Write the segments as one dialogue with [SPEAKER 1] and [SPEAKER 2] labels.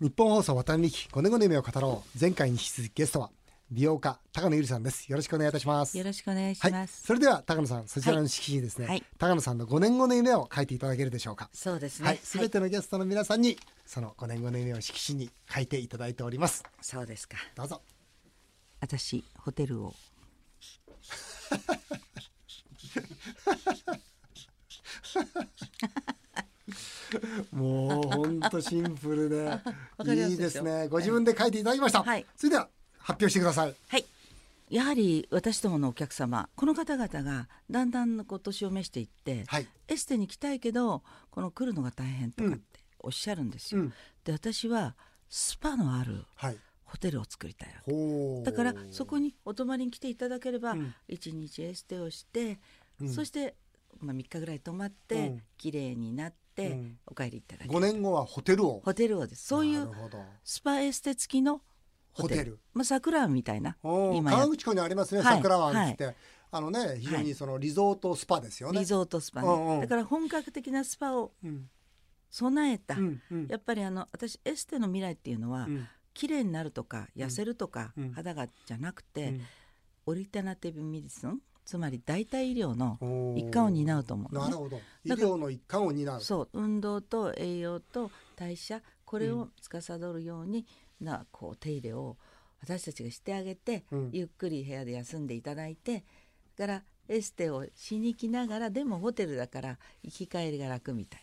[SPEAKER 1] 日本放送渡辺美希5年後の夢を語ろう前回に引き続きゲストは美容家高野由里さんですよろしくお願いいたします
[SPEAKER 2] よろしくお願いし
[SPEAKER 1] はい
[SPEAKER 2] ます。
[SPEAKER 1] それでは高野さんそちらの色紙にですね、
[SPEAKER 2] はい
[SPEAKER 1] 高野さんの5年後の夢を書いていただけるでしょうか
[SPEAKER 2] そうですね。
[SPEAKER 1] はい、すべてのゲストの皆さんに、その5年後の夢を色紙に書いていただいております。
[SPEAKER 2] そうですか。
[SPEAKER 1] どうぞ。
[SPEAKER 2] 私ホテルを
[SPEAKER 1] もう本当シンプルで
[SPEAKER 2] か りや
[SPEAKER 1] い
[SPEAKER 2] す
[SPEAKER 1] い
[SPEAKER 2] い
[SPEAKER 1] で
[SPEAKER 2] ですす
[SPEAKER 1] ね。
[SPEAKER 2] ね
[SPEAKER 1] ご自分で書いていただきました。
[SPEAKER 2] はい
[SPEAKER 1] それでは発表してください。
[SPEAKER 2] はい。やはり私どものお客様この方々がだんだんこう年を召していって、
[SPEAKER 1] はい
[SPEAKER 2] エステに来たいけどこの来るのが大変とかっ
[SPEAKER 1] うん
[SPEAKER 2] ておっしゃるんですよ。
[SPEAKER 1] うん
[SPEAKER 2] で私はスパのある
[SPEAKER 1] はい。
[SPEAKER 2] ホテルを作りたいわけ
[SPEAKER 1] ほう。
[SPEAKER 2] だからそこにお泊まりに来ていただければ、
[SPEAKER 1] うん
[SPEAKER 2] 一日エステをして、
[SPEAKER 1] うん
[SPEAKER 2] そして、まあ、3日ぐらい泊まっ
[SPEAKER 1] う
[SPEAKER 2] て
[SPEAKER 1] ん
[SPEAKER 2] 綺麗になって、
[SPEAKER 1] うん
[SPEAKER 2] お帰りいただけ
[SPEAKER 1] 5
[SPEAKER 2] る
[SPEAKER 1] 年後はホテルを。
[SPEAKER 2] ホテルをですそうい
[SPEAKER 1] な
[SPEAKER 2] う
[SPEAKER 1] るほど。
[SPEAKER 2] スパエステ付きのホテル
[SPEAKER 1] ホテル
[SPEAKER 2] まあ、桜みたいな
[SPEAKER 1] おー
[SPEAKER 2] 今や
[SPEAKER 1] 川口湖にありますね。
[SPEAKER 2] はい
[SPEAKER 1] 桜湾って、あのね、非常
[SPEAKER 2] は
[SPEAKER 1] に
[SPEAKER 2] い
[SPEAKER 1] そのリゾートスパですよね。
[SPEAKER 2] リゾートスパね、
[SPEAKER 1] うんうん
[SPEAKER 2] だから本格的なスパを
[SPEAKER 1] うん
[SPEAKER 2] 備えた、
[SPEAKER 1] うんうん
[SPEAKER 2] やっぱりあの私エステの未来っていうのは、
[SPEAKER 1] うん
[SPEAKER 2] 綺麗になるとか痩せるとか、
[SPEAKER 1] うん
[SPEAKER 2] 肌がじゃなくて、
[SPEAKER 1] うん
[SPEAKER 2] オリテナティブミディスンつまり代替医療の
[SPEAKER 1] おー
[SPEAKER 2] 一環を担うと思うのね、
[SPEAKER 1] なるほど。医
[SPEAKER 2] だから
[SPEAKER 1] 療の一環を担う。
[SPEAKER 2] そう運動と栄養と代謝これを司るように、なこう手入れを私たちがしてあげて、
[SPEAKER 1] うん
[SPEAKER 2] ゆっくり部屋で休んでいただいてだからエステをしに来ながらでもホテルだから行き帰りが楽みたい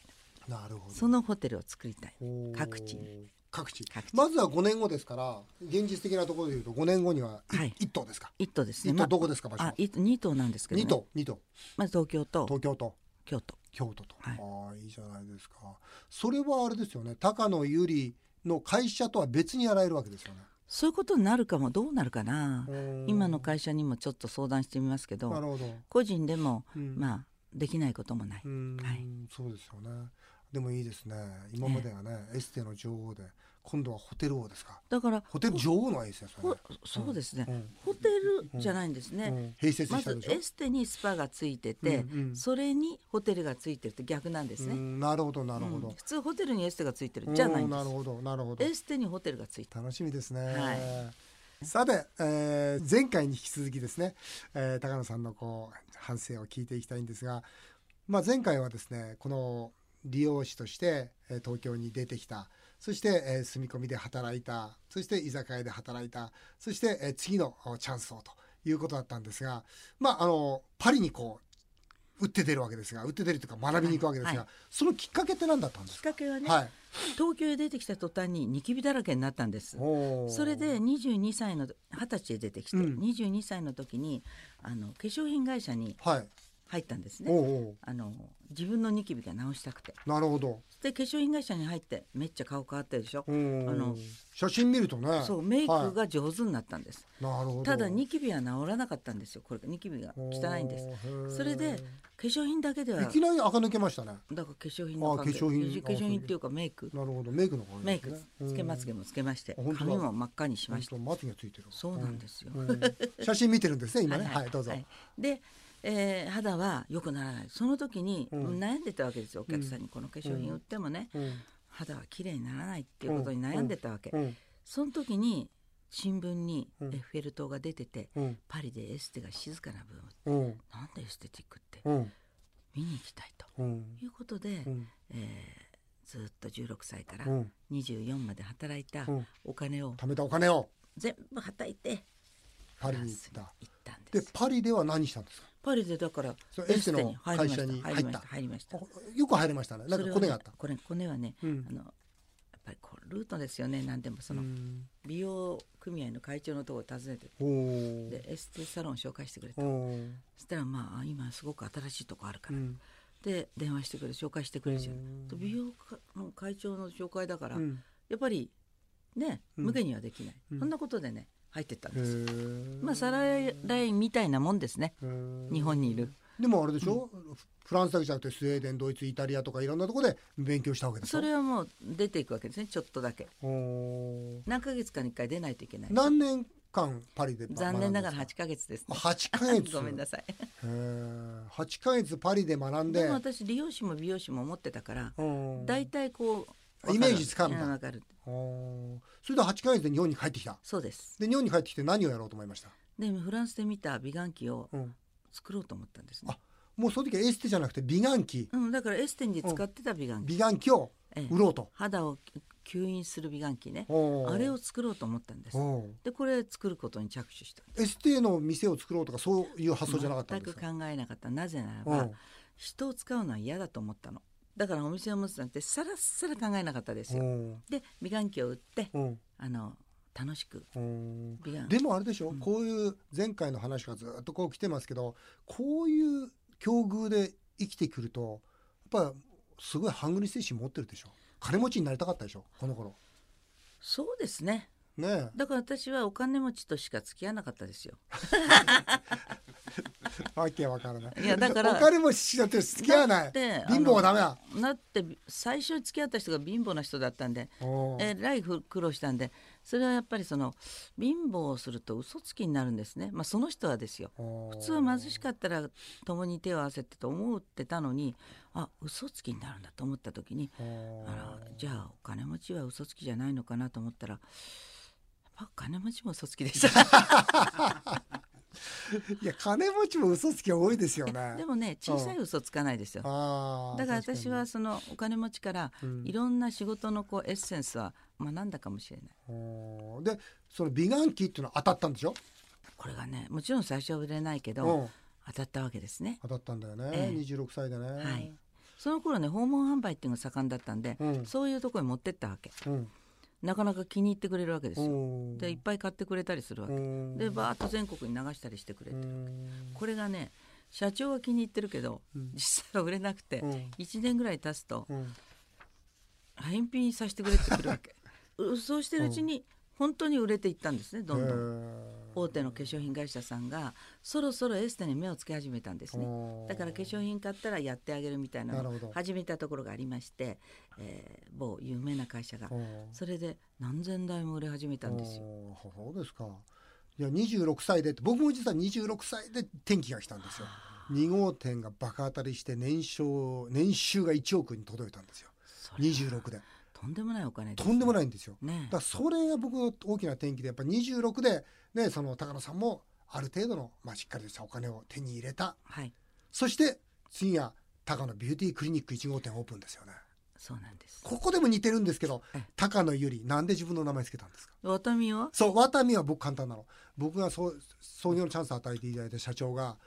[SPEAKER 2] な
[SPEAKER 1] なるほど。
[SPEAKER 2] そのホテルを作りたい
[SPEAKER 1] おー
[SPEAKER 2] 各地に
[SPEAKER 1] 各地
[SPEAKER 2] 各地
[SPEAKER 1] まずは5年後ですから現実的なところでいうと5年後には
[SPEAKER 2] はい
[SPEAKER 1] 1棟ですか、
[SPEAKER 2] 一棟です
[SPEAKER 1] 一
[SPEAKER 2] ね、
[SPEAKER 1] 1
[SPEAKER 2] ま
[SPEAKER 1] 棟
[SPEAKER 2] あ
[SPEAKER 1] どこですか場所
[SPEAKER 2] あ
[SPEAKER 1] は、
[SPEAKER 2] 一2棟なんですけど、
[SPEAKER 1] 二
[SPEAKER 2] ね、
[SPEAKER 1] 棟2棟
[SPEAKER 2] まず東京と
[SPEAKER 1] 東京と
[SPEAKER 2] 京都
[SPEAKER 1] 京都と、
[SPEAKER 2] はい
[SPEAKER 1] ああいいじゃないですかそれはあれですよね高野由里の会社とは別にやられるわけですよね
[SPEAKER 2] そういうことになるかもどうなるかな
[SPEAKER 1] うーん
[SPEAKER 2] 今の会社にもちょっと相談してみますけ
[SPEAKER 1] なる
[SPEAKER 2] ど
[SPEAKER 1] ほど、
[SPEAKER 2] 個人でも、
[SPEAKER 1] うん
[SPEAKER 2] まあできないこともないう
[SPEAKER 1] ーん、
[SPEAKER 2] はい
[SPEAKER 1] そうですよねでもいいですね今まではねエステの女王で今度はホテル王ですか
[SPEAKER 2] だから
[SPEAKER 1] ホテル女王のエステですよ
[SPEAKER 2] ほ
[SPEAKER 1] ね
[SPEAKER 2] そうですね、
[SPEAKER 1] うん
[SPEAKER 2] ホテルじゃないんですね、
[SPEAKER 1] うん併設
[SPEAKER 2] ま
[SPEAKER 1] した
[SPEAKER 2] ず
[SPEAKER 1] でしょ、
[SPEAKER 2] エステにスパがついてて、
[SPEAKER 1] うんうん
[SPEAKER 2] それにホテルがついてるって逆なんです
[SPEAKER 1] う
[SPEAKER 2] ね、
[SPEAKER 1] んなるほどなるほど、
[SPEAKER 2] うん普通ホテルにエステがついてるじゃないん
[SPEAKER 1] おー
[SPEAKER 2] で
[SPEAKER 1] なる
[SPEAKER 2] す
[SPEAKER 1] ほどなるほど
[SPEAKER 2] エステにホテルがついてる
[SPEAKER 1] 楽しみですね、
[SPEAKER 2] は
[SPEAKER 1] さて、えー前回に引き続きですね、えー高野さんのこう反省を聞いていきたいんですが、まあ、前回はですねこの理容師としてえー東京に出てきたそして、えー住み込みで働いたそして居酒屋で働いたそして、えー次のおチャンスをということだったんですが、まあ、あのパリにこう打って出るわけですが打って出るというか学びに行くわけですが、
[SPEAKER 2] はいは
[SPEAKER 1] そのきっかけって何だったんで
[SPEAKER 2] きっ
[SPEAKER 1] すか、
[SPEAKER 2] かけはね、
[SPEAKER 1] はい
[SPEAKER 2] 東京へ出てきた途端にニキビだらけになったんです
[SPEAKER 1] おー
[SPEAKER 2] それで22歳の二十歳で出てきて、
[SPEAKER 1] うん
[SPEAKER 2] 22歳の時にあの化粧品会社に
[SPEAKER 1] はい、
[SPEAKER 2] 入ったんです
[SPEAKER 1] お
[SPEAKER 2] ね
[SPEAKER 1] うおう
[SPEAKER 2] あの自分のニキビが治したくて
[SPEAKER 1] なるほど。
[SPEAKER 2] で化粧品会社に入ってめっちゃ顔変わってるでしょ、
[SPEAKER 1] あの
[SPEAKER 2] の
[SPEAKER 1] 写真見るとね。
[SPEAKER 2] そうメイク
[SPEAKER 1] は
[SPEAKER 2] が上手になったんです、
[SPEAKER 1] い、なるほど
[SPEAKER 2] ただニキビは治らなかったんですよこれニキビが汚いんです
[SPEAKER 1] す
[SPEAKER 2] それで化粧品だけではだ
[SPEAKER 1] い
[SPEAKER 2] か
[SPEAKER 1] きなり垢抜けましたね。
[SPEAKER 2] ら化粧品の関
[SPEAKER 1] あ
[SPEAKER 2] 係
[SPEAKER 1] 化粧品
[SPEAKER 2] 化粧品っていうかメイク
[SPEAKER 1] なるほどメイクの感じ
[SPEAKER 2] メイ
[SPEAKER 1] です
[SPEAKER 2] ク
[SPEAKER 1] ね。
[SPEAKER 2] つけまつ
[SPEAKER 1] す
[SPEAKER 2] げもつけまして
[SPEAKER 1] あ本当だ
[SPEAKER 2] 髪も真っ赤にし
[SPEAKER 1] ま
[SPEAKER 2] ま
[SPEAKER 1] し
[SPEAKER 2] した
[SPEAKER 1] た。まつげついてる。
[SPEAKER 2] そうなんですよ
[SPEAKER 1] うん。うん写真見てるんですね今ね。は
[SPEAKER 2] は
[SPEAKER 1] いい、
[SPEAKER 2] はい
[SPEAKER 1] どうぞ。
[SPEAKER 2] はいで、えー肌は良くならないその時に
[SPEAKER 1] うん
[SPEAKER 2] 悩んでたわけですよお客さんにこの化粧品売ってもね
[SPEAKER 1] うん
[SPEAKER 2] 肌は綺麗にならないっていうことに悩んでたわけ
[SPEAKER 1] うん
[SPEAKER 2] その時に新聞にエ
[SPEAKER 1] う
[SPEAKER 2] ッ
[SPEAKER 1] ん
[SPEAKER 2] フェル塔が出てて
[SPEAKER 1] うん
[SPEAKER 2] パリでエステが静かなブーム
[SPEAKER 1] うん
[SPEAKER 2] なんでエステティックって
[SPEAKER 1] うん
[SPEAKER 2] 見に行きたいと
[SPEAKER 1] うん
[SPEAKER 2] いうことで、
[SPEAKER 1] うん
[SPEAKER 2] えーずっと16歳から
[SPEAKER 1] うん
[SPEAKER 2] 24まで働いた
[SPEAKER 1] うん
[SPEAKER 2] お金を
[SPEAKER 1] 貯めたお金を
[SPEAKER 2] 全部はたいて
[SPEAKER 1] パ
[SPEAKER 2] フ
[SPEAKER 1] リ
[SPEAKER 2] ラン
[SPEAKER 1] に行っ
[SPEAKER 2] スに行
[SPEAKER 1] た。
[SPEAKER 2] ったんで
[SPEAKER 1] ですパリでは何したんですか。
[SPEAKER 2] パリでだから
[SPEAKER 1] その
[SPEAKER 2] エステに入
[SPEAKER 1] 会
[SPEAKER 2] りま
[SPEAKER 1] 社
[SPEAKER 2] し
[SPEAKER 1] に
[SPEAKER 2] た
[SPEAKER 1] 入
[SPEAKER 2] 入
[SPEAKER 1] っ
[SPEAKER 2] りましたた。入りました
[SPEAKER 1] よく入れましたね。なん
[SPEAKER 2] そ
[SPEAKER 1] か
[SPEAKER 2] れは
[SPEAKER 1] コ
[SPEAKER 2] ね
[SPEAKER 1] ネがあった。
[SPEAKER 2] これコネはね、
[SPEAKER 1] うん
[SPEAKER 2] あのやっぱりこうルートですよね何でもその
[SPEAKER 1] うん
[SPEAKER 2] 美容組合の会長のところを訪ねて
[SPEAKER 1] おー
[SPEAKER 2] でエステサロン紹介してくれた
[SPEAKER 1] おー
[SPEAKER 2] そしたらまあ今すごく新しいとこあるか
[SPEAKER 1] う
[SPEAKER 2] ら、
[SPEAKER 1] ん
[SPEAKER 2] で電話してくれ紹介してくれるじゃん
[SPEAKER 1] うん
[SPEAKER 2] 美容家の会長の紹介だから、
[SPEAKER 1] うん
[SPEAKER 2] やっぱりね
[SPEAKER 1] うん
[SPEAKER 2] 無下にはできない、
[SPEAKER 1] うん
[SPEAKER 2] そんなことでね入ってったん
[SPEAKER 1] へ
[SPEAKER 2] ですよ、
[SPEAKER 1] ー
[SPEAKER 2] まあサララインみたいなもんですね
[SPEAKER 1] へー
[SPEAKER 2] 日本にいる
[SPEAKER 1] でもあれでしょ、フフランスだけじゃなくてスウェーデンドイツイタリアとかいろんなところで勉強したわけでしょ
[SPEAKER 2] それはもう出ていくわけですねちょっとだけ
[SPEAKER 1] おー
[SPEAKER 2] 何ヶ月かに1回出ないといけない
[SPEAKER 1] 何年間パリで学んだん
[SPEAKER 2] 残
[SPEAKER 1] です
[SPEAKER 2] 念ながら8ヶ月です、ね、
[SPEAKER 1] 8ヶ月
[SPEAKER 2] ごめんなさい
[SPEAKER 1] へー8ヶ月パリで学んで
[SPEAKER 2] でも私理容師も美容師も持ってたから
[SPEAKER 1] うん
[SPEAKER 2] 大体こうわかる
[SPEAKER 1] イメージつかんだ
[SPEAKER 2] うんわかる
[SPEAKER 1] おーそれで8ヶ月で日本に帰ってきた
[SPEAKER 2] そうです
[SPEAKER 1] で日本に帰ってきて何をやろうと思いました、
[SPEAKER 2] でフランスで見た美顔器を
[SPEAKER 1] うん、
[SPEAKER 2] 作ろうと思ったんですね
[SPEAKER 1] あもうその時はエステじゃなくて美顔器
[SPEAKER 2] うん、だからエステに使ってた美顔器、
[SPEAKER 1] 美顔器を
[SPEAKER 2] ええ
[SPEAKER 1] 売ろうと、
[SPEAKER 2] 肌を吸引する美顔器ね
[SPEAKER 1] おー
[SPEAKER 2] あれを作ろうと思ったんです
[SPEAKER 1] おー
[SPEAKER 2] でこれ作ることに着手した
[SPEAKER 1] エステの店を作ろうとかそういう発想じゃなかったん
[SPEAKER 2] 全
[SPEAKER 1] です
[SPEAKER 2] く
[SPEAKER 1] か
[SPEAKER 2] 考えなかったなぜなら
[SPEAKER 1] う
[SPEAKER 2] ば
[SPEAKER 1] ん
[SPEAKER 2] 人を使うのは嫌だと思ったのだからお店を持つなんてさらっさら考えなかったですよ
[SPEAKER 1] うん
[SPEAKER 2] で美顔器を売って
[SPEAKER 1] うん
[SPEAKER 2] あの楽しく
[SPEAKER 1] うん
[SPEAKER 2] 美顔
[SPEAKER 1] でもあれでしょ、
[SPEAKER 2] うん
[SPEAKER 1] こういう前回の話がずっとこう来てますけどこういう境遇で生きてくるとやっぱすごいハングリー精神持ってるでしょ金持ちになりたかったでしょこの頃
[SPEAKER 2] そうですね
[SPEAKER 1] ね
[SPEAKER 2] だから私はお金持ちとしか付き合わなかっ たですよ
[SPEAKER 1] えわけわからない
[SPEAKER 2] いやだから
[SPEAKER 1] お金持ちだって付き合わな
[SPEAKER 2] だ
[SPEAKER 1] い
[SPEAKER 2] って
[SPEAKER 1] 貧乏はダメ
[SPEAKER 2] だ
[SPEAKER 1] だ
[SPEAKER 2] だって最初に付き合った人が貧乏な人だったんで
[SPEAKER 1] おー
[SPEAKER 2] えらいふ苦労したんでそれはやっぱりその貧乏をすると嘘つきになるんですね、まあ、その人はですよ
[SPEAKER 1] おー
[SPEAKER 2] 普通は貧しかったら共に手を合わせてと思ってたのにあ嘘つきになるんだと思った時に
[SPEAKER 1] おー
[SPEAKER 2] あらじゃあお金持ちは嘘つきじゃないのかなと思ったらやっぱ金持ちも嘘つきでした
[SPEAKER 1] いや金持ちも嘘つきは多いですよね
[SPEAKER 2] でもね小さい嘘つかないですよ
[SPEAKER 1] あー
[SPEAKER 2] だから
[SPEAKER 1] 確に
[SPEAKER 2] 私はそのお金持ちから
[SPEAKER 1] うん
[SPEAKER 2] いろんな仕事のこうエッセンスは学んだかもしれない
[SPEAKER 1] おーでその美顔器っていうのは当たったんでしょ、
[SPEAKER 2] これがねもちろん最初は売れないけど、
[SPEAKER 1] うん、
[SPEAKER 2] 当たったわけですね。
[SPEAKER 1] 当たったんだよ
[SPEAKER 2] え
[SPEAKER 1] ね、
[SPEAKER 2] え
[SPEAKER 1] 二十26歳でね、
[SPEAKER 2] はい。その頃ね訪問販売っていうのが盛んだったんで、
[SPEAKER 1] うん
[SPEAKER 2] そういうところに持ってったわけ。
[SPEAKER 1] うん
[SPEAKER 2] なかなか気に入ってくれるわけですよ。
[SPEAKER 1] うん
[SPEAKER 2] でいっぱい買ってくれたりするわけ。
[SPEAKER 1] うん
[SPEAKER 2] でバーッと全国に流したりしてくれて、
[SPEAKER 1] うん
[SPEAKER 2] これがね社長は気に入ってるけど、
[SPEAKER 1] うん
[SPEAKER 2] 実際は売れなくて、
[SPEAKER 1] うん
[SPEAKER 2] 1年ぐらい経つと
[SPEAKER 1] うん
[SPEAKER 2] 返品させてくれってくるわ け。うそうしてるうちに本当に売れていったんですねどんどん。
[SPEAKER 1] へー
[SPEAKER 2] 大手の化粧品会社さんがそろそろエステに目をつけ始めたんですね。
[SPEAKER 1] おー
[SPEAKER 2] だから化粧品買ったらやってあげるみたいな
[SPEAKER 1] な
[SPEAKER 2] の
[SPEAKER 1] るほ
[SPEAKER 2] を
[SPEAKER 1] ど
[SPEAKER 2] 始めたところがありまして、えー某有名な会社が
[SPEAKER 1] おー
[SPEAKER 2] それで何千台も売れ始めたんですよ。
[SPEAKER 1] おーそうですかいや26歳でって僕も実は26歳で転機が来たんですよ2号店がバカ当たりして年商年収が1億に届いたんですよ
[SPEAKER 2] それ
[SPEAKER 1] 26で
[SPEAKER 2] とんでもないお金です、
[SPEAKER 1] とんでも
[SPEAKER 2] い。
[SPEAKER 1] ないんですよ
[SPEAKER 2] ね
[SPEAKER 1] だからそれが僕の大きな転機でやっぱ26で、ね、その高野さんもある程度の、まあ、しっかりとしたお金を手に入れた
[SPEAKER 2] はい、
[SPEAKER 1] そして次が高野ビューティークリニック1号店オープンですよね
[SPEAKER 2] そうなんです。
[SPEAKER 1] ここでも似てるんですけど
[SPEAKER 2] ええ
[SPEAKER 1] 高野由里なんで自分の名前つけたんですか
[SPEAKER 2] ワタミは
[SPEAKER 1] そうワタミは僕簡単なの僕がそう創業のチャンスを与えていただいた社長が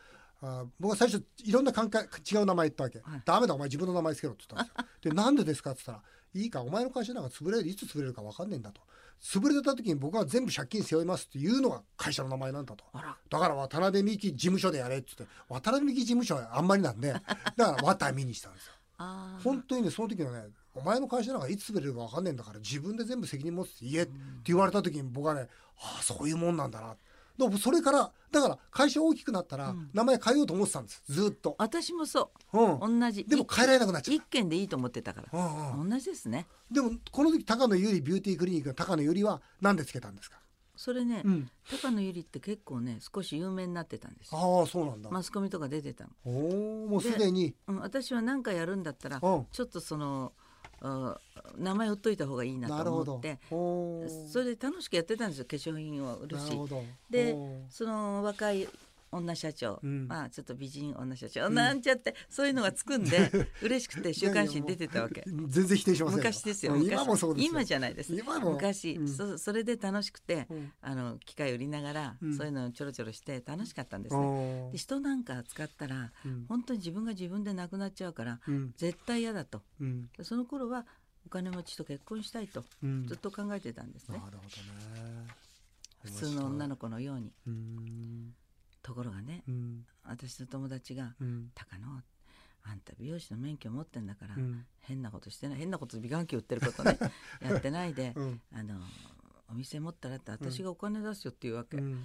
[SPEAKER 1] あー僕は最初いろんな考え違う名前言ったわけ、
[SPEAKER 2] はい
[SPEAKER 1] ダメだお前自分の名前つけろって言ったんですよ でなんでですかって言ったらいいかお前の会社なんか潰れるいつ潰れるか分かんねえんだと潰れた時に僕は全部借金背負いますっていうのが会社の名前なんだと
[SPEAKER 2] あら
[SPEAKER 1] だから渡辺美樹事務所でやれって言って渡辺美樹事務所はあんまりなんでだから渡美にしたんですよ
[SPEAKER 2] あー
[SPEAKER 1] 本当にねその時のねお前の会社なんかいつ潰れるか分かんねえんだから自分で全部責任持つって言えって言われた時に僕はねああそういうもんなんだなでもそれからだから会社大きくなったら
[SPEAKER 2] うん
[SPEAKER 1] 名前変えようと思ってたんですずっと、
[SPEAKER 2] 私もそ
[SPEAKER 1] うん
[SPEAKER 2] う、同じ。
[SPEAKER 1] でも変えられなくなっちゃっ
[SPEAKER 2] 一件でいいと思ってたから。
[SPEAKER 1] た、うんうん
[SPEAKER 2] 同じですね。
[SPEAKER 1] でもこの時高野由里ビューティークリニックの高野由里は何でつけたんですか、
[SPEAKER 2] それね、
[SPEAKER 1] うん、
[SPEAKER 2] 高野由里って結構ね少し有名になってたんですよ。
[SPEAKER 1] ああそうなんだ、
[SPEAKER 2] マスコミとか出てたの。
[SPEAKER 1] おおもうすでに
[SPEAKER 2] うん、私は何かやるんだったら、
[SPEAKER 1] うん
[SPEAKER 2] ちょっとそのあ名前売っといた方がいいな
[SPEAKER 1] なる
[SPEAKER 2] と
[SPEAKER 1] ほ
[SPEAKER 2] 思っ
[SPEAKER 1] ど
[SPEAKER 2] て
[SPEAKER 1] おー
[SPEAKER 2] それで楽しくやってたんですよ化粧品を売る
[SPEAKER 1] な
[SPEAKER 2] し
[SPEAKER 1] るほど
[SPEAKER 2] で
[SPEAKER 1] おー
[SPEAKER 2] その若い女社長、
[SPEAKER 1] うん
[SPEAKER 2] まあちょっと美人女社長、なんちゃってそういうのがつくん で嬉しくて週刊誌に出てたわけ
[SPEAKER 1] 全然否定しませんよ
[SPEAKER 2] 昔ですよ
[SPEAKER 1] うん
[SPEAKER 2] 昔
[SPEAKER 1] 今もそうですよ
[SPEAKER 2] 今じゃないです
[SPEAKER 1] 今も
[SPEAKER 2] 昔、
[SPEAKER 1] うん
[SPEAKER 2] そそれで楽しくて、
[SPEAKER 1] うん
[SPEAKER 2] あの機械売りながら、
[SPEAKER 1] うん
[SPEAKER 2] そういうのをちょろちょろして楽しかったんです
[SPEAKER 1] あ
[SPEAKER 2] ね、
[SPEAKER 1] ー
[SPEAKER 2] で人なんか使ったら
[SPEAKER 1] うん
[SPEAKER 2] 本当に自分が自分でなくなっちゃうから
[SPEAKER 1] うん
[SPEAKER 2] 絶対嫌だと
[SPEAKER 1] うん
[SPEAKER 2] でその頃はお金持ちと結婚したいと
[SPEAKER 1] うん
[SPEAKER 2] ずっと考えてたんです
[SPEAKER 1] な
[SPEAKER 2] ね
[SPEAKER 1] る、ほどね
[SPEAKER 2] 普通の女の子のように
[SPEAKER 1] うーん
[SPEAKER 2] ところがね
[SPEAKER 1] うん
[SPEAKER 2] 私の友達が
[SPEAKER 1] うん
[SPEAKER 2] 「高野あんた美容師の免許持ってんだから、
[SPEAKER 1] うん
[SPEAKER 2] 変なことしてない変なこと美顔器売ってることねやってないで、
[SPEAKER 1] うん
[SPEAKER 2] あのお店持ったらって私がお金出すよ」っていうわけ、
[SPEAKER 1] うん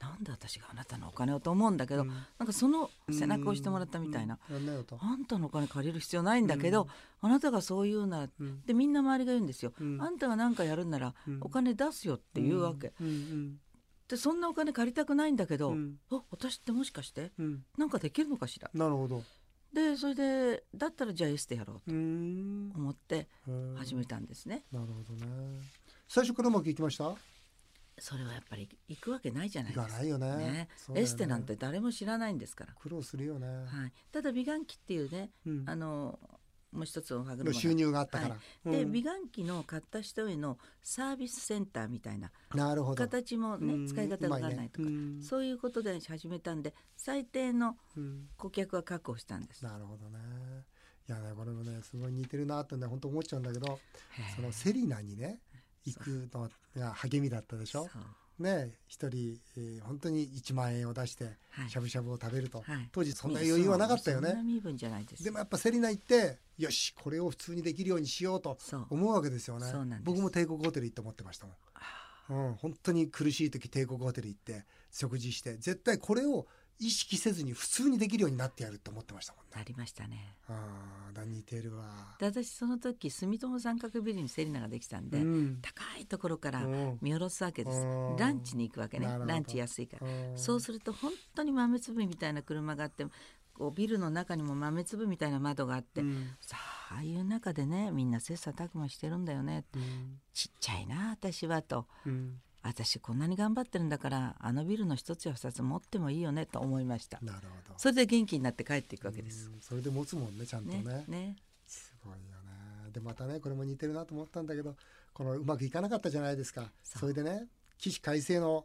[SPEAKER 2] なんで私があなたのお金をと思うんだけど、なんかその背中を押してもらったみたいな、
[SPEAKER 1] うんやんなよと
[SPEAKER 2] あんたのお金借りる必要ないんだけど、あなたがそう言うなら
[SPEAKER 1] うん
[SPEAKER 2] でみんな周りが言うんですよ、
[SPEAKER 1] うん
[SPEAKER 2] あんたが何かやるんなら
[SPEAKER 1] うん
[SPEAKER 2] お金出すよって言うわけ、
[SPEAKER 1] うんうん
[SPEAKER 2] でそんなお金借りたくないんだけ
[SPEAKER 1] う
[SPEAKER 2] ど、
[SPEAKER 1] ん
[SPEAKER 2] あ私ってもしかして
[SPEAKER 1] うん
[SPEAKER 2] 何かできるのかしら
[SPEAKER 1] なるほど
[SPEAKER 2] でそれでだったらじゃあエステやろう
[SPEAKER 1] うーん
[SPEAKER 2] と思って
[SPEAKER 1] うん
[SPEAKER 2] 始めたんですね。
[SPEAKER 1] なるほどね最初からうまくいきました
[SPEAKER 2] それはやっぱり行くわけないじゃない
[SPEAKER 1] い
[SPEAKER 2] で
[SPEAKER 1] か
[SPEAKER 2] すか。
[SPEAKER 1] ないよね
[SPEAKER 2] ね
[SPEAKER 1] そうだよね
[SPEAKER 2] エステなんて誰も知らないんですから。
[SPEAKER 1] 苦労するよね、
[SPEAKER 2] はい、ただ美顔器っていうね、
[SPEAKER 1] うん
[SPEAKER 2] あのもう一つの歯
[SPEAKER 1] の
[SPEAKER 2] 車
[SPEAKER 1] 収
[SPEAKER 2] が
[SPEAKER 1] 入があったから、
[SPEAKER 2] はで
[SPEAKER 1] うん
[SPEAKER 2] 美顔器の買った人へのサービスセンターみたいな
[SPEAKER 1] なるほど
[SPEAKER 2] 形も
[SPEAKER 1] う
[SPEAKER 2] ね
[SPEAKER 1] ん
[SPEAKER 2] 使い方がわからないとか
[SPEAKER 1] うまねうん
[SPEAKER 2] そういうことで始めたんで最低の
[SPEAKER 1] うん
[SPEAKER 2] 顧客は確保したんです。
[SPEAKER 1] なるほどねいやねこれもねすごい似てるなってね本当思っちゃうんだけど
[SPEAKER 2] へえ
[SPEAKER 1] そのセリナにね行くのが励みだったでしょ
[SPEAKER 2] そう
[SPEAKER 1] ね一人、えー本当に1万円を出して
[SPEAKER 2] はい
[SPEAKER 1] しゃぶしゃぶを食べると、
[SPEAKER 2] はい
[SPEAKER 1] 当時そんな余裕はなかったよ
[SPEAKER 2] そんな
[SPEAKER 1] ね
[SPEAKER 2] 身分じゃないです。
[SPEAKER 1] でもやっぱセリナ行ってよしこれを普通にできるようにしようと
[SPEAKER 2] そう
[SPEAKER 1] 思うわけですよね
[SPEAKER 2] そうなんです
[SPEAKER 1] 僕も帝国ホテル行って思ってましたもん
[SPEAKER 2] あ
[SPEAKER 1] うん、本当に苦しい時帝国ホテル行って食事して絶対これを意識せずに普通にできるようになってやるって思ってましたもん
[SPEAKER 2] ーな
[SPEAKER 1] ね。
[SPEAKER 2] りましたね。
[SPEAKER 1] あーだ似てるわ。
[SPEAKER 2] で私その時住友三角ビルにセリナができたんで、
[SPEAKER 1] うん
[SPEAKER 2] 高いところから
[SPEAKER 1] うん
[SPEAKER 2] 見下ろすわけです
[SPEAKER 1] うん。
[SPEAKER 2] ランチに行くわけね
[SPEAKER 1] なるほ。ど
[SPEAKER 2] ランチ安いから。
[SPEAKER 1] うん
[SPEAKER 2] そうすると本当に豆粒みたいな車があってこうビルの中にも豆粒みたいな窓があって、
[SPEAKER 1] うん
[SPEAKER 2] さあああいう中でねみんな切磋琢磨してるんだよね
[SPEAKER 1] うん
[SPEAKER 2] ちっちゃいな私はと
[SPEAKER 1] うん
[SPEAKER 2] 私こんなに頑張ってるんだからあのビルの一つや二つ持ってもいいよねと思いました
[SPEAKER 1] なるほど。
[SPEAKER 2] それで元気になって帰っていくわけです。
[SPEAKER 1] うんそれで持つもんねちゃんとね
[SPEAKER 2] ねね
[SPEAKER 1] すごいよね。でまたねこれも似てるなと思ったんだけどこのうまくいかなかったじゃないですか。
[SPEAKER 2] そう
[SPEAKER 1] それでね起死回生の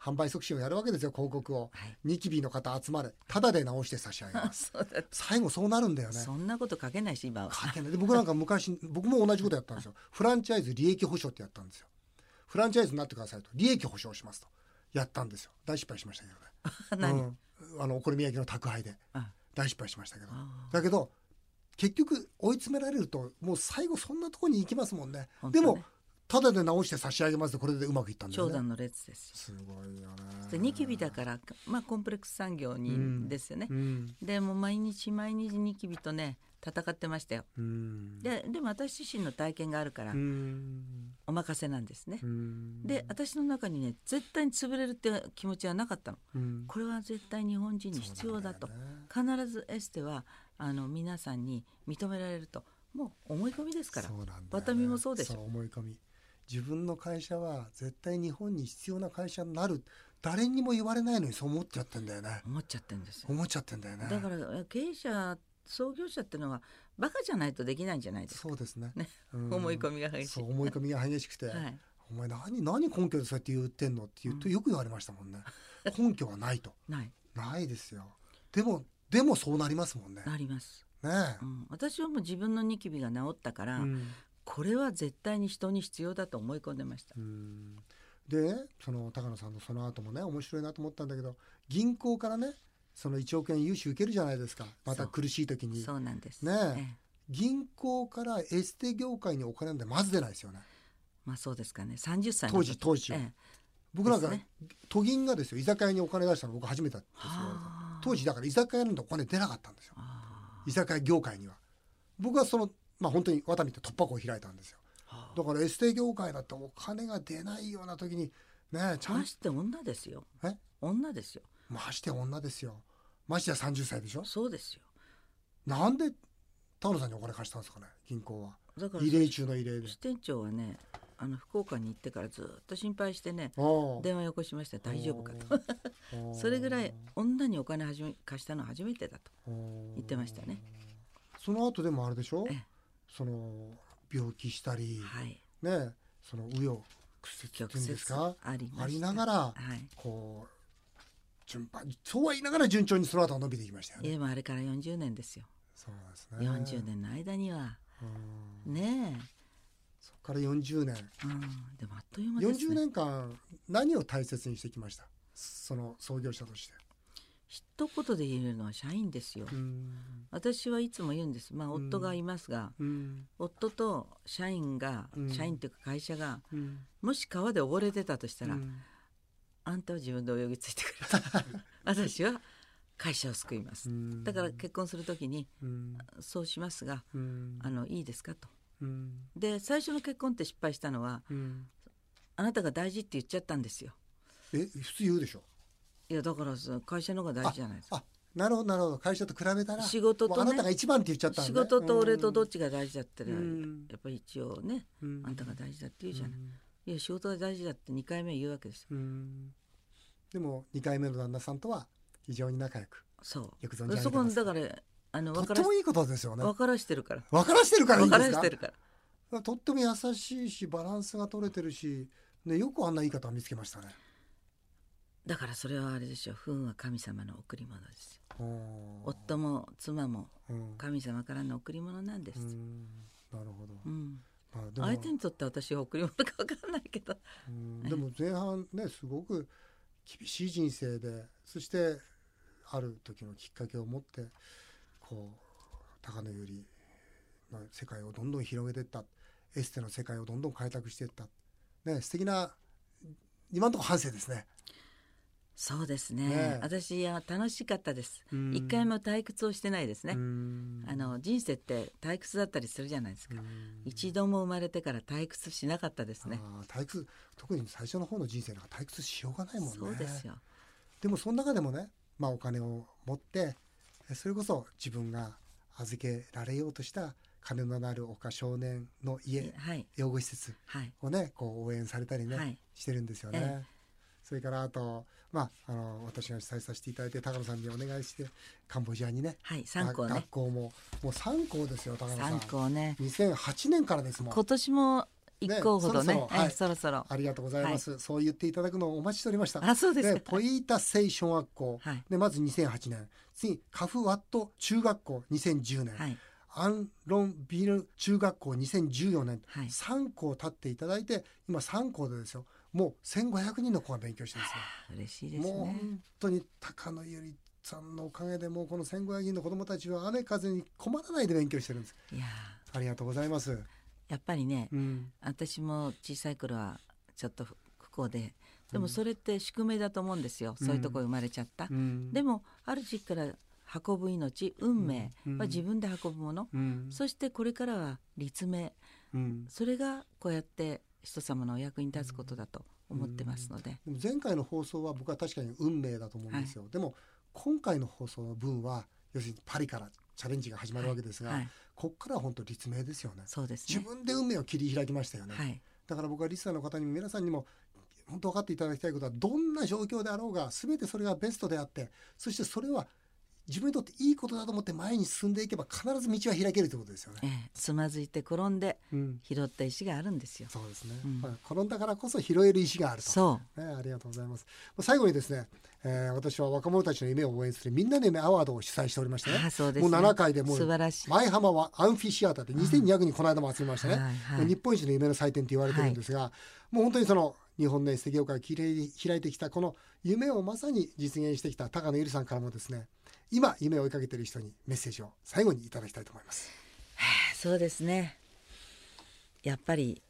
[SPEAKER 1] 販売促進をやるわけですよ広告を。
[SPEAKER 2] はい
[SPEAKER 1] ニキビの方集まれただで直して差し上げます。
[SPEAKER 2] そうだ、
[SPEAKER 1] 最後そうなるんだよね。
[SPEAKER 2] そんなこと書けないし今は
[SPEAKER 1] 書けないで僕なんか昔僕も同じことやったんですよフランチャイズ利益保証ってやったんですよフランチャイズになってくださいと利益保証しますとやったんですよ大失敗しましたけどね
[SPEAKER 2] 何、
[SPEAKER 1] うんあのお好み焼きの宅配で
[SPEAKER 2] あ
[SPEAKER 1] 大失敗しましたけど
[SPEAKER 2] あー
[SPEAKER 1] だけど結局追い詰められるともう最後そんなとこに行きますもんね
[SPEAKER 2] 本当
[SPEAKER 1] で
[SPEAKER 2] ね
[SPEAKER 1] もただで直して差し上げますとこれでうまくいったんだよ
[SPEAKER 2] 長
[SPEAKER 1] ね
[SPEAKER 2] 蛇の列ですよ
[SPEAKER 1] すごいよ
[SPEAKER 2] で
[SPEAKER 1] ね
[SPEAKER 2] ニキビだから、まあ、コンプレックス産業
[SPEAKER 1] う
[SPEAKER 2] に
[SPEAKER 1] ん
[SPEAKER 2] ですよね、
[SPEAKER 1] うん
[SPEAKER 2] でもう毎日毎日ニキビとね戦ってましたよ
[SPEAKER 1] うん
[SPEAKER 2] ででも私自身の体験があるから
[SPEAKER 1] うん
[SPEAKER 2] お任せなんですね
[SPEAKER 1] う、ん
[SPEAKER 2] で私の中にね絶対に潰れるって気持ちはなかったの
[SPEAKER 1] うん
[SPEAKER 2] これは絶対日本人に必要だと
[SPEAKER 1] そうなんよね
[SPEAKER 2] 必ずエステはあの皆さんに認められるともう思い込みですから
[SPEAKER 1] そうなんだよね
[SPEAKER 2] ワタミもそうでしょ
[SPEAKER 1] 思い込み自分の会社は絶対日本に必要な会社になる誰にも言われないのにそう思っちゃってんだよね
[SPEAKER 2] 思っちゃってるんですよ
[SPEAKER 1] 思っちゃってんだよね
[SPEAKER 2] だから経営者創業者ってのはバカじゃないとできないんじゃないですか
[SPEAKER 1] そうですね
[SPEAKER 2] ね
[SPEAKER 1] うん
[SPEAKER 2] 思い込みが激しい
[SPEAKER 1] そう思い込みが激しくて、
[SPEAKER 2] はい
[SPEAKER 1] お前何何根拠でそうやって言ってんのって言うと
[SPEAKER 2] うん
[SPEAKER 1] よく言われましたもんね根拠はないと
[SPEAKER 2] ない
[SPEAKER 1] ないですよでもでもそうなりますもんね
[SPEAKER 2] なります、
[SPEAKER 1] ねえ
[SPEAKER 2] うん、私はもう自分のニキビが治ったから、
[SPEAKER 1] うん
[SPEAKER 2] これは絶対に人に必要だと思い込んでました
[SPEAKER 1] うんでねその高野さんのその後もね面白いなと思ったんだけど銀行からねその1億円融資受けるじゃないですかまた
[SPEAKER 2] そう
[SPEAKER 1] 苦しい時に
[SPEAKER 2] そうなんです
[SPEAKER 1] ねえ
[SPEAKER 2] ええ
[SPEAKER 1] 銀行からエステ業界にお金なんてまず出ないですよね
[SPEAKER 2] まあそうですかね30歳の
[SPEAKER 1] 当時
[SPEAKER 2] 時
[SPEAKER 1] 当時
[SPEAKER 2] え
[SPEAKER 1] は、
[SPEAKER 2] え
[SPEAKER 1] 僕なん
[SPEAKER 2] で
[SPEAKER 1] か、
[SPEAKER 2] すね
[SPEAKER 1] 都銀がですよ居酒屋にお金出したの僕初めてだって言われた
[SPEAKER 2] はあ
[SPEAKER 1] 当時だから居酒屋なんてお金出なかったんですよ
[SPEAKER 2] あ
[SPEAKER 1] 居酒屋業界には僕はそのまあ本当にワタミって突破口を開いたんですよだからエステ業界だってお金が出ないような時にねえち
[SPEAKER 2] あ
[SPEAKER 1] ゃん
[SPEAKER 2] まして女ですよ
[SPEAKER 1] え
[SPEAKER 2] 女ですよ
[SPEAKER 1] まして女ですよましてや30歳でしょ
[SPEAKER 2] そうですよ
[SPEAKER 1] なんで田野さんにお金貸したんですかね銀行は
[SPEAKER 2] だから
[SPEAKER 1] 異例中の異例で
[SPEAKER 2] 支店長はねあの福岡に行ってからずっと心配してね
[SPEAKER 1] ああ
[SPEAKER 2] 電話よこしました大丈夫かと それぐらい女にお金はじめ貸したのは初めてだと
[SPEAKER 1] 言
[SPEAKER 2] ってましたね
[SPEAKER 1] その後でもあれでしょ
[SPEAKER 2] ええ
[SPEAKER 1] その病気したり、
[SPEAKER 2] はい
[SPEAKER 1] ねその紆余曲折って
[SPEAKER 2] 曲
[SPEAKER 1] いうん
[SPEAKER 2] 折
[SPEAKER 1] ですか
[SPEAKER 2] ありました
[SPEAKER 1] ありなが
[SPEAKER 2] ら
[SPEAKER 1] ら
[SPEAKER 2] はい
[SPEAKER 1] こう順番そうは言いながら順調にその後は伸びていきましたよ
[SPEAKER 2] い
[SPEAKER 1] ね
[SPEAKER 2] やでもあれから40年ですよ
[SPEAKER 1] そうですね
[SPEAKER 2] 40年の間には
[SPEAKER 1] うん
[SPEAKER 2] ね
[SPEAKER 1] そこから40年
[SPEAKER 2] え、うん、でもあっという間です
[SPEAKER 1] 40
[SPEAKER 2] ね
[SPEAKER 1] 年間何を大切にしてきましたその創業者として
[SPEAKER 2] 一言で言えるのは社員ですよ、
[SPEAKER 1] うん
[SPEAKER 2] 私はいつも言うんですまあ
[SPEAKER 1] うん
[SPEAKER 2] 夫がいますが、
[SPEAKER 1] うん
[SPEAKER 2] 夫と社員が、
[SPEAKER 1] うん
[SPEAKER 2] 社員というか会社が
[SPEAKER 1] うん
[SPEAKER 2] もし川で溺れてたとしたら、
[SPEAKER 1] うん
[SPEAKER 2] あんたは自分で泳ぎつい てくれと私は会社を救います、だから結婚する時に
[SPEAKER 1] うん
[SPEAKER 2] そうしますが
[SPEAKER 1] うん
[SPEAKER 2] あのいいですかと
[SPEAKER 1] うん
[SPEAKER 2] で最初の結婚って失敗したのは
[SPEAKER 1] うん
[SPEAKER 2] あなたが大事って言っちゃったんですよ
[SPEAKER 1] え普通言うでしょ
[SPEAKER 2] いやだからその会社の方が大事じゃないですか
[SPEAKER 1] あなるほどなるほど会社と比べたら
[SPEAKER 2] 仕事とね
[SPEAKER 1] もうあなたが一番って言っちゃったん
[SPEAKER 2] 仕
[SPEAKER 1] で
[SPEAKER 2] 事と俺とどっ
[SPEAKER 1] ち
[SPEAKER 2] ちが大事だってのは
[SPEAKER 1] うん
[SPEAKER 2] やっぱり一応ねあんたが大事だって言うじゃない、いや仕事が大事だって2回目言うわけですよ
[SPEAKER 1] うんでも2回目の旦那さんとは非常に仲良く
[SPEAKER 2] そ
[SPEAKER 1] よく存じ上げ
[SPEAKER 2] う
[SPEAKER 1] て
[SPEAKER 2] そこ
[SPEAKER 1] ま
[SPEAKER 2] に
[SPEAKER 1] す
[SPEAKER 2] だからあの
[SPEAKER 1] と
[SPEAKER 2] 分
[SPEAKER 1] っ
[SPEAKER 2] か
[SPEAKER 1] て
[SPEAKER 2] らし
[SPEAKER 1] もいいことですよね
[SPEAKER 2] 分からしてるから
[SPEAKER 1] 分からしてるからいい
[SPEAKER 2] 分
[SPEAKER 1] ん
[SPEAKER 2] か
[SPEAKER 1] で
[SPEAKER 2] ら
[SPEAKER 1] す
[SPEAKER 2] し
[SPEAKER 1] か
[SPEAKER 2] てるから
[SPEAKER 1] とっても優しいしバランスが取れてるし、ね、よくあんないい方見つけましたね
[SPEAKER 2] だからそれはあれでしょ不運は神様の贈り物ですよ
[SPEAKER 1] うん
[SPEAKER 2] 夫も妻も
[SPEAKER 1] うん
[SPEAKER 2] 神様からの贈り物なんです、
[SPEAKER 1] うんなるほど、
[SPEAKER 2] うん
[SPEAKER 1] まあ、でも
[SPEAKER 2] 相手にとって私は贈り物か分かんないけど
[SPEAKER 1] うんでも前半ねすごく厳しい人生でそしてある時のきっかけを持ってこう高野由里の世界をどんどん広げていったエステの世界をどんどん開拓していった、ね、素敵な今のところ反省ですね。
[SPEAKER 2] そうですね
[SPEAKER 1] ねえ
[SPEAKER 2] 私は楽しかったです
[SPEAKER 1] うん
[SPEAKER 2] 一回も退屈をしてないですね
[SPEAKER 1] うん
[SPEAKER 2] あの人生って退屈だったりするじゃないですか
[SPEAKER 1] うん
[SPEAKER 2] 一度も生まれてから退屈しなかったですね
[SPEAKER 1] あー退屈特に最初の方の人生なんか退屈しようがないもんね
[SPEAKER 2] そうですよ
[SPEAKER 1] でもその中でもね、まあ、お金を持ってえそれこそ自分が預けられようとした金のなる丘少年の家
[SPEAKER 2] はい
[SPEAKER 1] 養護施設
[SPEAKER 2] はい
[SPEAKER 1] をねこう応援されたりね、
[SPEAKER 2] はい
[SPEAKER 1] してるんですよ
[SPEAKER 2] え
[SPEAKER 1] ね。それからあと、まあ、あの私が主催させていただいて高野さんにお願いしてカンボジアにね
[SPEAKER 2] はい三校
[SPEAKER 1] が
[SPEAKER 2] ね
[SPEAKER 1] 学校ももう3校ですよ高野さん
[SPEAKER 2] 三校ね
[SPEAKER 1] 2008年からですもん
[SPEAKER 2] 今年も一校ほどね
[SPEAKER 1] ねそろそろ
[SPEAKER 2] ええ
[SPEAKER 1] はい
[SPEAKER 2] そろそろ
[SPEAKER 1] ありがとうございます、そう言っていただくのをお待ちしておりました
[SPEAKER 2] あそうです
[SPEAKER 1] で
[SPEAKER 2] か
[SPEAKER 1] ポイータ聖小学校、
[SPEAKER 2] はい
[SPEAKER 1] でまず2008年次にカフワット中学校2010年、
[SPEAKER 2] はい
[SPEAKER 1] アンロンビル中学校2014年、
[SPEAKER 2] はい
[SPEAKER 1] 3校立っていただいて今3校でですよもう1500人の子が勉強してるんですよ
[SPEAKER 2] 嬉しいです
[SPEAKER 1] もう
[SPEAKER 2] ね
[SPEAKER 1] 本当に高野由里さんのおかげでもうこの1500人の子どもたちは雨風に困らないで勉強してるんです
[SPEAKER 2] いや
[SPEAKER 1] ありがとうございます、
[SPEAKER 2] ーやっぱりね
[SPEAKER 1] うん
[SPEAKER 2] 私も小さい頃はちょっと不不幸ででもそれって宿命だと思うんですよ、
[SPEAKER 1] うん
[SPEAKER 2] そういうとこ生まれちゃった、
[SPEAKER 1] うん
[SPEAKER 2] でもある時期から運ぶ命運命
[SPEAKER 1] うん
[SPEAKER 2] は自分で運ぶもの、
[SPEAKER 1] うん
[SPEAKER 2] そしてこれからは立命
[SPEAKER 1] うん
[SPEAKER 2] それがこうやって人様のお役に立つことだと思ってますので、
[SPEAKER 1] でも前回の放送は僕は確かに運命だと思うんですよ、でも今回の放送の分は要するにパリからチャレンジが始まるわけですが、
[SPEAKER 2] はい
[SPEAKER 1] こっからは本当立命ですよね
[SPEAKER 2] そうです
[SPEAKER 1] 自
[SPEAKER 2] ね
[SPEAKER 1] 分で運命を切り開きましたよね、
[SPEAKER 2] はい
[SPEAKER 1] だから僕はリスナーの方にも皆さんにも本当分かっていただきたいことはどんな状況であろうが全てそれがベストであってそしてそれは自分にとっていいことだと思って前に進んでいけば必ず道は開けるということですよ
[SPEAKER 2] え
[SPEAKER 1] ね。
[SPEAKER 2] えつまずいて転んで
[SPEAKER 1] うん、
[SPEAKER 2] 拾った石があるんですよ
[SPEAKER 1] そうですね、
[SPEAKER 2] うん
[SPEAKER 1] まあ転んだからこそ拾える石があると
[SPEAKER 2] そ
[SPEAKER 1] ね、ありがとうございます。最後にですね、えー私は若者たちの夢を応援するみんなの夢アワードを主催しておりましてね、
[SPEAKER 2] ああそうです
[SPEAKER 1] もう
[SPEAKER 2] ね
[SPEAKER 1] 7回でも
[SPEAKER 2] 素晴
[SPEAKER 1] う
[SPEAKER 2] らしい
[SPEAKER 1] 前浜はアンフィシアターで2200人この間も集めましたね、
[SPEAKER 2] はいはい
[SPEAKER 1] もう日本一の夢の祭典と言われてるんですが、もう本当にその日本のエステ業界を切り開いてきたこの夢をまさに実現してきた高野由里さんからもですね今夢を追いかけてる人にメッセージを最後にいただきたいと思います。
[SPEAKER 2] そうですねやっぱり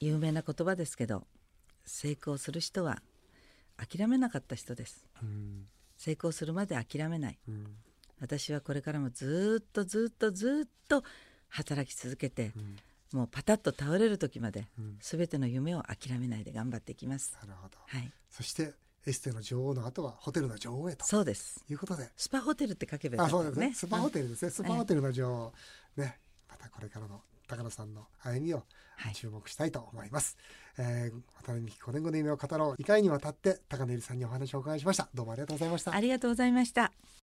[SPEAKER 2] 有名な言葉ですけど成功する人は諦めなかった人です
[SPEAKER 1] うん
[SPEAKER 2] 成功するまで諦めない
[SPEAKER 1] うん
[SPEAKER 2] 私はこれからもずーっとずーっとずーっと働き続けて、もうパタッと倒れる時まで、全ての夢を諦めないで頑張っていきます
[SPEAKER 1] なるほど
[SPEAKER 2] はい
[SPEAKER 1] そしてエステの女王の後はホテルの女王へと
[SPEAKER 2] そうです
[SPEAKER 1] いうことで
[SPEAKER 2] スパホテルって書けばよか
[SPEAKER 1] あ、
[SPEAKER 2] っ
[SPEAKER 1] そ
[SPEAKER 2] た
[SPEAKER 1] うですね。スパホテルですね。スパホテルの女王、ね、またこれからの高野さんの歩みを
[SPEAKER 2] はい
[SPEAKER 1] 注目したいと思います。えー渡辺美希5年後の夢を語ろう。2回にわたって高野由里さんにお話をお伺いしました。どうもありがとうございました
[SPEAKER 2] うん。ありがとうございました